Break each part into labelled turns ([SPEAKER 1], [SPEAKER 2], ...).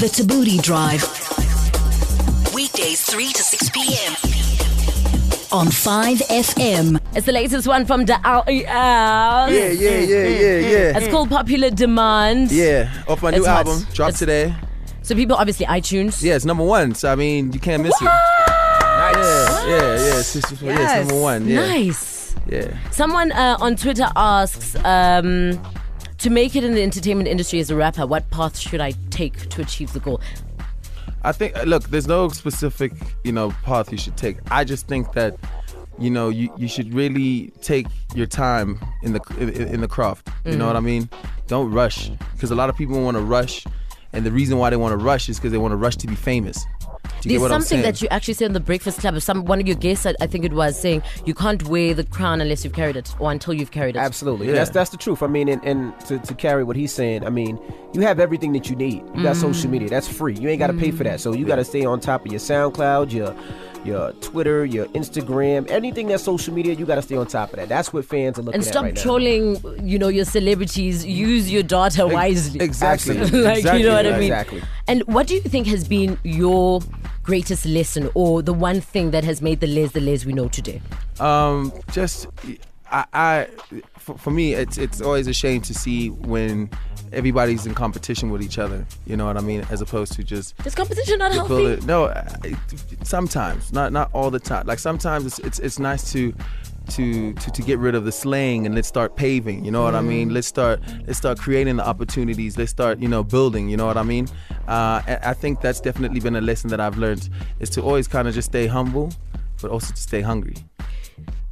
[SPEAKER 1] The Tabooty Drive. Weekdays 3 to 6 p.m. On 5FM.
[SPEAKER 2] It's the latest one from the REL.
[SPEAKER 3] Yeah, yeah, yeah, yeah, yeah.
[SPEAKER 2] It's called Popular Demand.
[SPEAKER 3] Yeah, off my new
[SPEAKER 2] Mm, It's hot.
[SPEAKER 3] album,
[SPEAKER 2] It's-
[SPEAKER 3] dropped today.
[SPEAKER 2] So people obviously iTunes.
[SPEAKER 3] Yeah, it's number one, so I mean, you can't miss it. Nice. Yeah, yeah, yeah, it's, just- Oh, yeah, it's number one. Yeah,
[SPEAKER 2] Nice.
[SPEAKER 3] yeah.
[SPEAKER 2] Someone uh, on Twitter asks, um, to make it in the entertainment industry as a rapper, what path should I take to achieve the goal?
[SPEAKER 3] I think uh, look, there's no specific, you know, path you should take. I just think that you know, you, you should really take your time in the in, in the craft. You know what
[SPEAKER 2] Mm.
[SPEAKER 3] I mean? Don't rush because a lot of people want to rush and the reason why they want to rush is because they want to rush to be famous. Do you get
[SPEAKER 2] There's
[SPEAKER 3] what I'm
[SPEAKER 2] something
[SPEAKER 3] saying?
[SPEAKER 2] that you actually said on the Breakfast Club. Some one of your guests, I, I think it was, saying you can't wear the crown unless you've carried it or until you've carried it.
[SPEAKER 4] Absolutely.
[SPEAKER 3] Yeah.
[SPEAKER 4] That's that's the truth. I mean, and, and to, to carry what he's saying, I mean, you have everything that you need. You got social media. That's free. You ain't got to pay for that. So you got to stay on top of your SoundCloud, your your Twitter, your Instagram, anything that's social media, you got to stay on top of that. That's what fans are looking
[SPEAKER 2] And
[SPEAKER 4] at
[SPEAKER 2] stop
[SPEAKER 4] right now.
[SPEAKER 2] trolling, you know, your celebrities. Use your data wisely.
[SPEAKER 3] Exactly.
[SPEAKER 2] like
[SPEAKER 3] exactly.
[SPEAKER 2] you know what I mean.
[SPEAKER 4] Exactly.
[SPEAKER 2] And what do you think has been your greatest lesson, or the one thing that has made the Les the Les we know today?
[SPEAKER 3] Um, just I, I for, for me, it's it's always a shame to see when everybody's in competition with each other. You know what I mean? As opposed to just
[SPEAKER 2] Is competition not
[SPEAKER 3] to
[SPEAKER 2] healthy?
[SPEAKER 3] pull it. No, I- it- sometimes, not not all the time. Like sometimes it's it's, it's nice to. To, to, to get rid of the slaying and let's start paving you know what i mean let's start let's start creating the opportunities let's start you know building you know what i mean uh, I, I think that's definitely been a lesson that i've learned is to always kind of just stay humble but also to stay hungry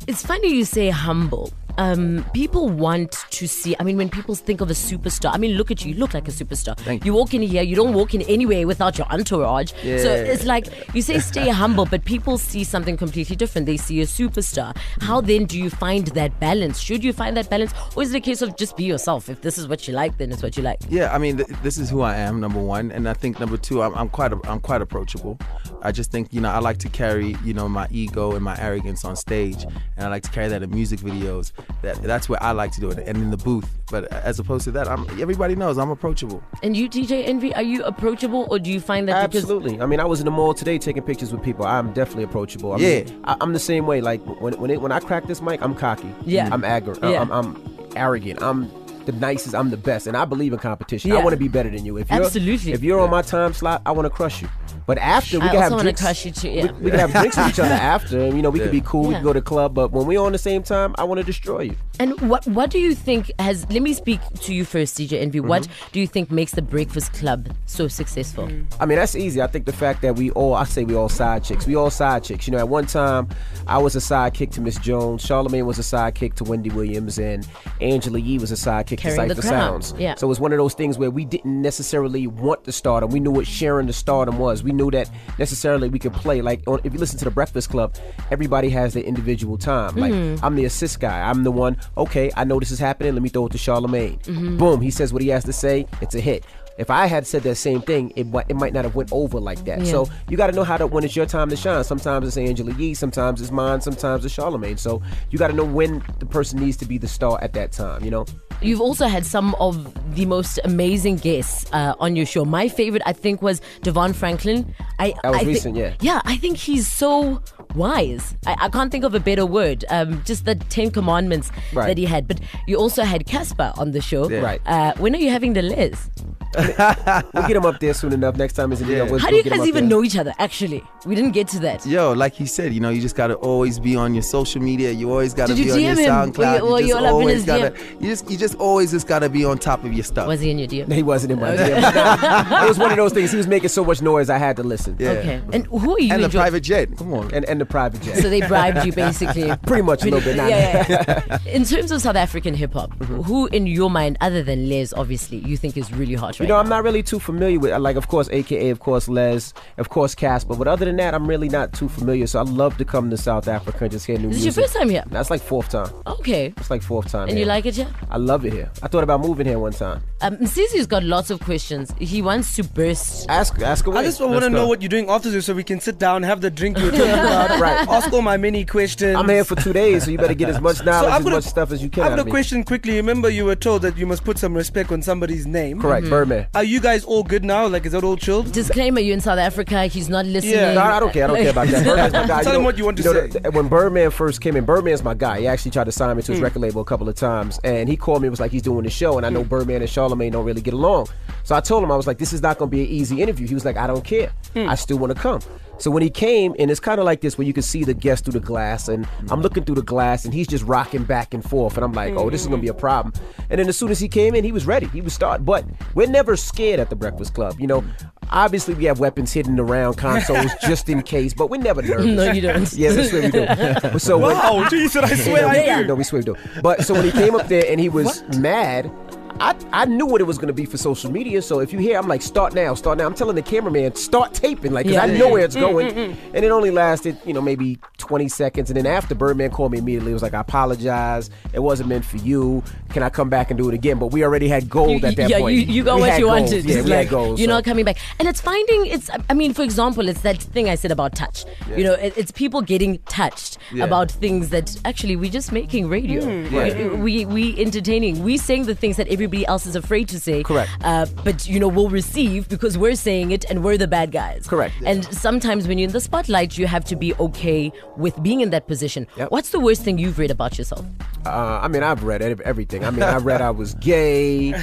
[SPEAKER 2] It's funny you say humble. Um, people want to see. I mean, when people think of a superstar, I mean, look at you. You look like a superstar.
[SPEAKER 3] Thank
[SPEAKER 2] you
[SPEAKER 3] you.
[SPEAKER 2] walk in here. You don't walk in anywhere without your entourage. So
[SPEAKER 3] Yeah.
[SPEAKER 2] it's like you say, stay humble. But people see something completely different. They see a superstar. How then do you find that balance? Should you find that balance, or is it a case of just be yourself? If this is what you like, then it's what you like.
[SPEAKER 3] Yeah, I mean, th- this is who I am, number one, and I think number two, I'm, I'm quite, I'm quite approachable. I just think, you know, I like to carry, you know, my ego and my arrogance on stage, and I like to carry that in music videos. That that's where I like to do it, and in the booth. But as opposed to that, I'm everybody knows I'm approachable.
[SPEAKER 2] And you, DJ Envy, are you approachable, or do you find that because
[SPEAKER 4] Absolutely. I mean, I was in the mall today taking pictures with people. I'm definitely approachable. I
[SPEAKER 3] Yeah.
[SPEAKER 4] mean, I, I'm the same way. Like when when, it, when I crack this mic, I'm cocky.
[SPEAKER 2] Yeah.
[SPEAKER 4] I'm arrogant.
[SPEAKER 2] Yeah.
[SPEAKER 4] I'm, I'm arrogant. I'm the nicest. I'm the best, and I believe in competition.
[SPEAKER 2] Yeah.
[SPEAKER 4] I want to be better than you. If you're,
[SPEAKER 2] Absolutely.
[SPEAKER 4] If you're on my time slot, I want to crush you. But after we
[SPEAKER 2] I
[SPEAKER 4] can
[SPEAKER 2] also
[SPEAKER 4] have
[SPEAKER 2] wanna
[SPEAKER 4] drinks.
[SPEAKER 2] crush you too, yeah.
[SPEAKER 4] We, we can have drinks with each other after. and, You know, we
[SPEAKER 3] Yeah.
[SPEAKER 4] can be cool.
[SPEAKER 2] Yeah.
[SPEAKER 4] We can go to the club. But when we're on the same time, I want to destroy you.
[SPEAKER 2] And what what do you think has? Let me speak to you first, DJ Envy.
[SPEAKER 4] Mm-hmm.
[SPEAKER 2] What do you think makes the Breakfast Club so successful?
[SPEAKER 4] I mean, that's easy. I think the fact that we all, I say we all side chicks. We all side chicks. You know, at one time, I was a sidekick to Miss Jones. Charlamagne was a sidekick to Wendy Williams. And Angela Yee was a sidekick
[SPEAKER 2] Carrying
[SPEAKER 4] to
[SPEAKER 2] the
[SPEAKER 4] Cypher
[SPEAKER 2] crown.
[SPEAKER 4] Sounds.
[SPEAKER 2] Yeah.
[SPEAKER 4] So it was one of those things where we didn't necessarily want the stardom. We knew what sharing the stardom was. We knew that necessarily we could play. Like, on, if you listen to The Breakfast Club, everybody has their individual time. Like, I'm the assist guy. I'm the one, okay, I know this is happening. Let me throw it to Charlamagne. Boom, he says what he has to say. It's a hit. If I had said that same thing, it, mi- it might not have went over like that.
[SPEAKER 2] Yeah.
[SPEAKER 4] So you got to know how to when it's your time to shine. Sometimes it's Angela Yee, sometimes it's mine, sometimes it's Charlamagne. So you got to know when the person needs to be the star at that time. You know,
[SPEAKER 2] You've also had some of the most amazing guests uh, on your show. My favorite, I think, was Devon Franklin. I
[SPEAKER 4] That was
[SPEAKER 2] I thi-
[SPEAKER 4] recent, yeah.
[SPEAKER 2] Yeah, I think he's so wise. I, I can't think of a better word. Um, just the Ten Commandments
[SPEAKER 4] Right.
[SPEAKER 2] that he had. But you also had Casper on the show.
[SPEAKER 3] Yeah.
[SPEAKER 4] Right.
[SPEAKER 2] Uh, when are you having the Liz?
[SPEAKER 4] we'll get him up there soon enough. Next time is in New
[SPEAKER 3] Yeah.
[SPEAKER 4] York. we'll-
[SPEAKER 2] How do
[SPEAKER 4] we'll
[SPEAKER 2] you
[SPEAKER 4] get him
[SPEAKER 2] guys
[SPEAKER 4] up
[SPEAKER 2] even
[SPEAKER 4] there.
[SPEAKER 2] know each other? Actually, we didn't get to that.
[SPEAKER 3] Yo, like he said, you know, you just gotta always be on your social media. You always gotta
[SPEAKER 2] Did you
[SPEAKER 3] be on your
[SPEAKER 2] DM him? Were
[SPEAKER 3] SoundCloud.
[SPEAKER 2] you- were you
[SPEAKER 3] just
[SPEAKER 2] all up in his
[SPEAKER 3] always
[SPEAKER 2] DM?
[SPEAKER 3] gotta, you just, you just always just gotta be on top of your stuff.
[SPEAKER 2] Was he in your DM?
[SPEAKER 4] He wasn't in my DM. it was one of those things. He was making so much noise, I had to listen.
[SPEAKER 3] Yeah.
[SPEAKER 2] Okay. And who are you?
[SPEAKER 3] and the
[SPEAKER 2] enjoy-
[SPEAKER 3] private jet. Come on.
[SPEAKER 4] And and the private jet.
[SPEAKER 2] So they bribed you basically.
[SPEAKER 4] Pretty much a little bit. Mm-hmm. Not
[SPEAKER 2] yeah, yeah, yeah. In terms of South African hip hop, who in your mind, other than Les, obviously, you think is really hot right
[SPEAKER 4] You know,
[SPEAKER 2] now?
[SPEAKER 4] I'm not really too familiar with, like, of course, AKA, of course, Les, of course, Casper. But other than that, I'm really not too familiar. So I love to come to South Africa and just hear new
[SPEAKER 2] This is
[SPEAKER 4] music.
[SPEAKER 2] your first time here?
[SPEAKER 4] That's like fourth time.
[SPEAKER 2] Okay.
[SPEAKER 4] It's like fourth time.
[SPEAKER 2] And you
[SPEAKER 4] here.
[SPEAKER 2] like it, yeah?
[SPEAKER 4] I love it here. I thought about moving here one time.
[SPEAKER 2] Um, Msisi's got lots of questions. He wants to burst.
[SPEAKER 4] Ask, ask away.
[SPEAKER 5] I just want to
[SPEAKER 4] Let's
[SPEAKER 5] know
[SPEAKER 4] go.
[SPEAKER 5] what you're doing after this so we can sit down, have the drink you're talking about,
[SPEAKER 4] Right.
[SPEAKER 5] ask all my many questions.
[SPEAKER 4] I'm here for two days, so you better get as much
[SPEAKER 5] so
[SPEAKER 4] knowledge,
[SPEAKER 5] I've
[SPEAKER 4] as
[SPEAKER 5] got
[SPEAKER 4] much
[SPEAKER 5] a,
[SPEAKER 4] stuff as you can.
[SPEAKER 5] I've
[SPEAKER 4] out
[SPEAKER 5] got a
[SPEAKER 4] of me.
[SPEAKER 5] question quickly. Remember, you were told that you must put some respect on somebody's name.
[SPEAKER 2] Mm-hmm.
[SPEAKER 4] Correct. experiment.
[SPEAKER 5] Are you guys all good now? Like, is that all chilled?
[SPEAKER 2] Disclaimer: You're in South Africa. He's not listening.
[SPEAKER 5] Yeah.
[SPEAKER 4] No, I don't care. I don't care about that. Birdman's my guy.
[SPEAKER 5] Tell him what you want to say.
[SPEAKER 4] th- when Birdman first came in, Birdman's my guy. He actually tried to sign me to his record label a couple of times, and he called me. and was like he's doing the show, and I know Birdman and Charlemagne don't really get along. So I told him I was like, this is not going to be an easy interview. He was like, I don't care. I still want to come. So when he came, and it's kind of like this, where you can see the guest through the glass, and I'm looking through the glass, and he's just rocking back and forth, and I'm like, oh, this is gonna be a problem. And then as soon as he came in, he was ready. He was start. But we're never scared at the Breakfast Club, you know. Obviously, we have weapons hidden around consoles just in case, but we're never nervous.
[SPEAKER 2] No, you don't.
[SPEAKER 4] Yeah, that's what we do. But so when,
[SPEAKER 5] Wow, Jesus, I
[SPEAKER 4] you
[SPEAKER 5] swear
[SPEAKER 4] know,
[SPEAKER 5] I
[SPEAKER 4] we,
[SPEAKER 5] do.
[SPEAKER 4] no, we swear we do. But so when he came up there and he was mad. I, I knew what it was going to be for social media. So if you hear, I'm like, start now, start now. I'm telling the cameraman, start taping, like, 'cause
[SPEAKER 2] Yeah.
[SPEAKER 4] I know where it's going. And it only lasted, you know, maybe 20 seconds. And then after Birdman called me immediately, it was like, I apologize. It wasn't meant for you. Can I come back and do it again? But we already had gold
[SPEAKER 2] You-
[SPEAKER 4] at that
[SPEAKER 2] yeah,
[SPEAKER 4] point.
[SPEAKER 2] you, you got
[SPEAKER 4] We
[SPEAKER 2] what
[SPEAKER 4] had
[SPEAKER 2] you
[SPEAKER 4] gold.
[SPEAKER 2] wanted.
[SPEAKER 4] Yeah,
[SPEAKER 2] It's
[SPEAKER 4] we
[SPEAKER 2] like,
[SPEAKER 4] had gold.
[SPEAKER 2] you're
[SPEAKER 4] so.
[SPEAKER 2] not coming back. And it's finding it's. I mean, for example, it's that thing I said about touch. You know, it, it's people getting touched
[SPEAKER 3] Yeah.
[SPEAKER 2] about things that actually we're just making radio.
[SPEAKER 4] Hmm.
[SPEAKER 3] Yeah.
[SPEAKER 2] We, we we entertaining. We saying the things that everybody else is afraid to say.
[SPEAKER 4] Correct.
[SPEAKER 2] Uh, but you know, we'll receive because we're saying it and we're the bad guys.
[SPEAKER 4] Correct.
[SPEAKER 2] And sometimes when you're in the spotlight, you have to be okay with being in that position.
[SPEAKER 4] Yep.
[SPEAKER 2] What's the worst thing you've read about yourself?
[SPEAKER 4] Uh, I mean, I've read ev- everything. I mean, I read I was gay.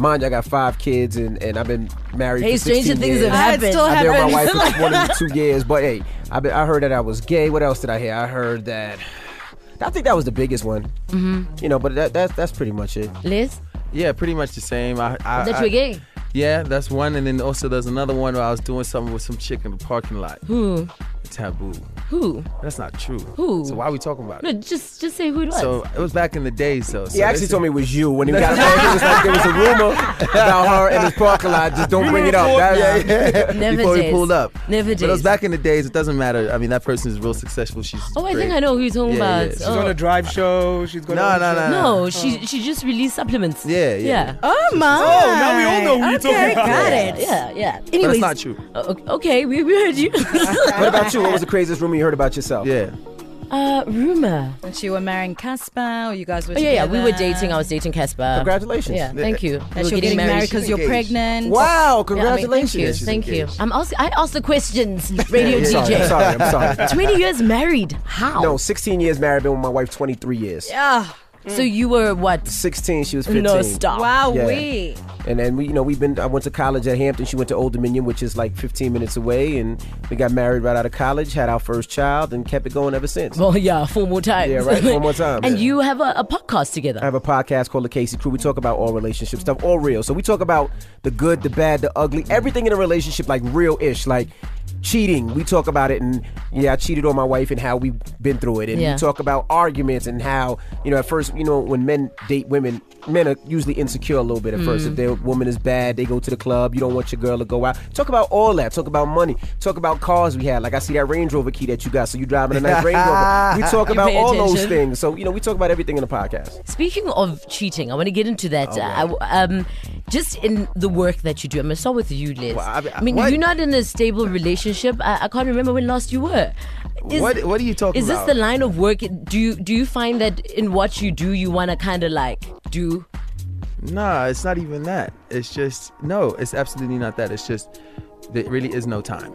[SPEAKER 4] Mind you, I got five kids, and, and I've been married.
[SPEAKER 2] Hey,
[SPEAKER 4] for 16
[SPEAKER 2] stranger things
[SPEAKER 4] years.
[SPEAKER 2] have
[SPEAKER 6] Ah, it's
[SPEAKER 2] happened.
[SPEAKER 6] still
[SPEAKER 4] I've been with my wife
[SPEAKER 6] happened.
[SPEAKER 4] for 22 years, but hey, I, been, I heard that I was gay. What else did I hear? I heard that. I think that was the biggest one. Mm-hmm. You know, but that, that's that's pretty much it.
[SPEAKER 2] Liz,
[SPEAKER 3] Yeah, pretty much the same. I, I,
[SPEAKER 2] that
[SPEAKER 3] I-
[SPEAKER 2] you're gay.
[SPEAKER 3] Yeah, that's one. And then also there's another one where I was doing something with some chick in the parking lot.
[SPEAKER 2] Who?
[SPEAKER 3] Taboo.
[SPEAKER 2] Who?
[SPEAKER 3] That's not true.
[SPEAKER 2] Who?
[SPEAKER 3] So why are we talking about
[SPEAKER 2] No,
[SPEAKER 3] it?
[SPEAKER 2] just just say who it was.
[SPEAKER 3] So it was back in the day. So, so
[SPEAKER 4] He actually
[SPEAKER 3] this-
[SPEAKER 4] told me it was you when he got married. It was like there was a rumor about her in his parking lot. Just don't bring it up. That-
[SPEAKER 2] Never
[SPEAKER 3] before
[SPEAKER 2] days.
[SPEAKER 3] we pulled up.
[SPEAKER 2] Never
[SPEAKER 3] But it was
[SPEAKER 2] days.
[SPEAKER 3] back in the days. It doesn't matter. I mean, that person is real successful. She's.
[SPEAKER 2] oh, I think
[SPEAKER 3] great.
[SPEAKER 2] I know who you're talking
[SPEAKER 3] Yeah, yeah,
[SPEAKER 2] about.
[SPEAKER 3] she's
[SPEAKER 5] She's on
[SPEAKER 2] Oh.
[SPEAKER 5] a drive show. She's got
[SPEAKER 3] No,
[SPEAKER 5] her own
[SPEAKER 3] no,
[SPEAKER 5] show.
[SPEAKER 3] no,
[SPEAKER 2] No, she she just released supplements.
[SPEAKER 3] Yeah, yeah, yeah.
[SPEAKER 6] Oh my! Oh,
[SPEAKER 5] now we all know who you're talking
[SPEAKER 6] okay,
[SPEAKER 5] about.
[SPEAKER 6] Got it.
[SPEAKER 2] Yeah, yeah. Anyways,
[SPEAKER 3] But it's not true.
[SPEAKER 2] O- Okay, we, we heard you.
[SPEAKER 4] what about you? What was the craziest rumor you heard about yourself?
[SPEAKER 3] Yeah.
[SPEAKER 2] uh, rumor.
[SPEAKER 6] That you were marrying Casper, or you guys were
[SPEAKER 2] Oh, yeah, yeah. We were
[SPEAKER 6] together.
[SPEAKER 2] dating. I was dating Casper.
[SPEAKER 4] Congratulations.
[SPEAKER 2] Yeah, thank you.
[SPEAKER 6] That
[SPEAKER 2] we
[SPEAKER 6] you're
[SPEAKER 2] were
[SPEAKER 6] getting married
[SPEAKER 3] married.
[SPEAKER 6] because you're
[SPEAKER 3] Engaged.
[SPEAKER 6] pregnant.
[SPEAKER 4] Wow,
[SPEAKER 2] Yeah, I mean,
[SPEAKER 4] congratulations.
[SPEAKER 2] thank you. Thank
[SPEAKER 3] engaged.
[SPEAKER 2] you. I'm also, I ask the questions, radio
[SPEAKER 4] I'm sorry,
[SPEAKER 2] DJ.
[SPEAKER 4] I'm sorry. I'm sorry.
[SPEAKER 2] 20 years married. How?
[SPEAKER 4] No, 16 years married. Been with my wife 23 years.
[SPEAKER 6] Ah,
[SPEAKER 2] So you were what?
[SPEAKER 4] 16, she was 15.
[SPEAKER 2] No, stop. Ah,
[SPEAKER 6] wow,
[SPEAKER 4] Yeah.
[SPEAKER 6] we.
[SPEAKER 4] And then we, you know, we've been. I went to college at Hampton. She went to Old Dominion, which is like 15 minutes away. And we got married right out of college, had our first child, and kept it going ever since.
[SPEAKER 2] Well, yeah, four more times.
[SPEAKER 4] Yeah, right, four more times.
[SPEAKER 2] and
[SPEAKER 4] Yeah. Uh,
[SPEAKER 2] you have a, a podcast together.
[SPEAKER 4] I have a podcast called The Casey Crew. We talk about all relationship stuff, all real. So we talk about the good, the bad, the ugly, everything in a relationship, like real ish, like cheating. We talk about it, and yeah, I cheated on my wife and how we've been through it. And
[SPEAKER 2] Yeah.
[SPEAKER 4] we talk about arguments and how, you know, at first, you know, when men date women, men are usually insecure a little bit at
[SPEAKER 2] Mm.
[SPEAKER 4] first. If their woman is bad, they go to the club. You don't want your girl to go out. Talk about all that. Talk about money. Talk about cars we had. Like I see that Range Rover key that you got, so you driving a nice Range Rover. We talk
[SPEAKER 2] You
[SPEAKER 4] about
[SPEAKER 2] pay
[SPEAKER 4] all those
[SPEAKER 2] attention.
[SPEAKER 4] things. So you know, we talk about everything in the podcast.
[SPEAKER 2] Speaking of cheating, I want to get into that. Uh, I- um, just in the work that you do, I'm gonna start with you, Liz.
[SPEAKER 3] Well,
[SPEAKER 2] I,
[SPEAKER 3] I mean,
[SPEAKER 2] mean,
[SPEAKER 3] what?
[SPEAKER 2] you're not in a stable relationship. I, I can't remember when last you were. Is,
[SPEAKER 3] What- what are you talking
[SPEAKER 2] Is this
[SPEAKER 3] about?
[SPEAKER 2] the line of work? Do you do you find that in what you do, you want to kind of like do?
[SPEAKER 3] Nah, it's not even that. It's just no. It's absolutely not that. It's just there really is no time.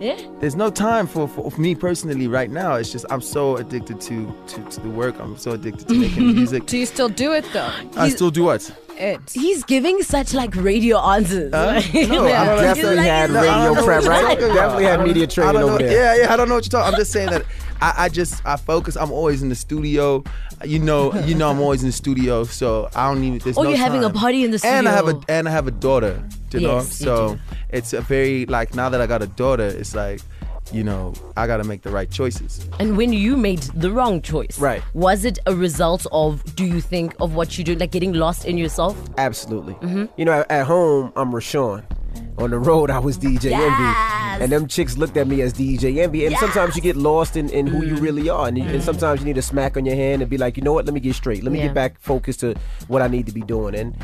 [SPEAKER 2] Yeah.
[SPEAKER 3] there's no time for, for for me personally right now. It's just I'm so addicted to to, to the work. I'm so addicted to making music.
[SPEAKER 6] Do you still do it though?
[SPEAKER 3] I still do what?
[SPEAKER 6] It.
[SPEAKER 2] He's giving such like radio answers.
[SPEAKER 3] no,
[SPEAKER 2] Like,
[SPEAKER 3] I don't
[SPEAKER 2] he's
[SPEAKER 4] definitely
[SPEAKER 2] like-
[SPEAKER 4] had
[SPEAKER 2] he's like-
[SPEAKER 4] radio prep, right? Definitely had media
[SPEAKER 3] I
[SPEAKER 4] training
[SPEAKER 3] don't know.
[SPEAKER 4] over there.
[SPEAKER 3] Yeah, yeah. I don't know what you're talking. I'm just saying that I, I just I focus. I'm always in the studio. You know, you know, I'm always in the studio. So I don't even. There's
[SPEAKER 2] Oh,
[SPEAKER 3] no
[SPEAKER 2] you're having a
[SPEAKER 3] time.
[SPEAKER 2] party in the
[SPEAKER 3] And I have a
[SPEAKER 2] studio.
[SPEAKER 3] and I have a daughter. You know,
[SPEAKER 2] Yes, you
[SPEAKER 3] so
[SPEAKER 2] do.
[SPEAKER 3] it's a very like now that I got a daughter, it's like. You know, I gotta make the right choices.
[SPEAKER 2] And when you made the wrong choice,
[SPEAKER 4] Right.
[SPEAKER 2] Was it a result of do you think of what you do, like getting lost in yourself?
[SPEAKER 4] Absolutely.
[SPEAKER 2] Mm-hmm.
[SPEAKER 4] You know, at, at home I'm Rashawn. On the road I was DJ
[SPEAKER 2] Yes.
[SPEAKER 4] Envy, and them chicks looked at me as DJ Envy. And sometimes you get lost in, in who you
[SPEAKER 2] Mm.
[SPEAKER 4] really are, and, you, and sometimes you need a smack on your hand and be like, you know what? Let me get straight. Let me
[SPEAKER 2] Yeah.
[SPEAKER 4] get back focused to what I need to be doing. And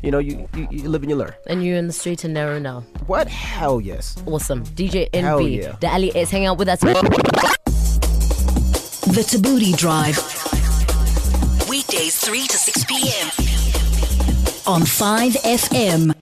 [SPEAKER 4] you know, you you, you live and you learn.
[SPEAKER 2] And you're in the straight and narrow now.
[SPEAKER 4] What? Hell yes.
[SPEAKER 2] Awesome. DJ
[SPEAKER 4] Hell
[SPEAKER 2] NB,
[SPEAKER 4] yeah.
[SPEAKER 2] the Ali S, hang out with us.
[SPEAKER 1] The Tabooty Drive. Weekdays 3 to 6 p.m. on 5 FM.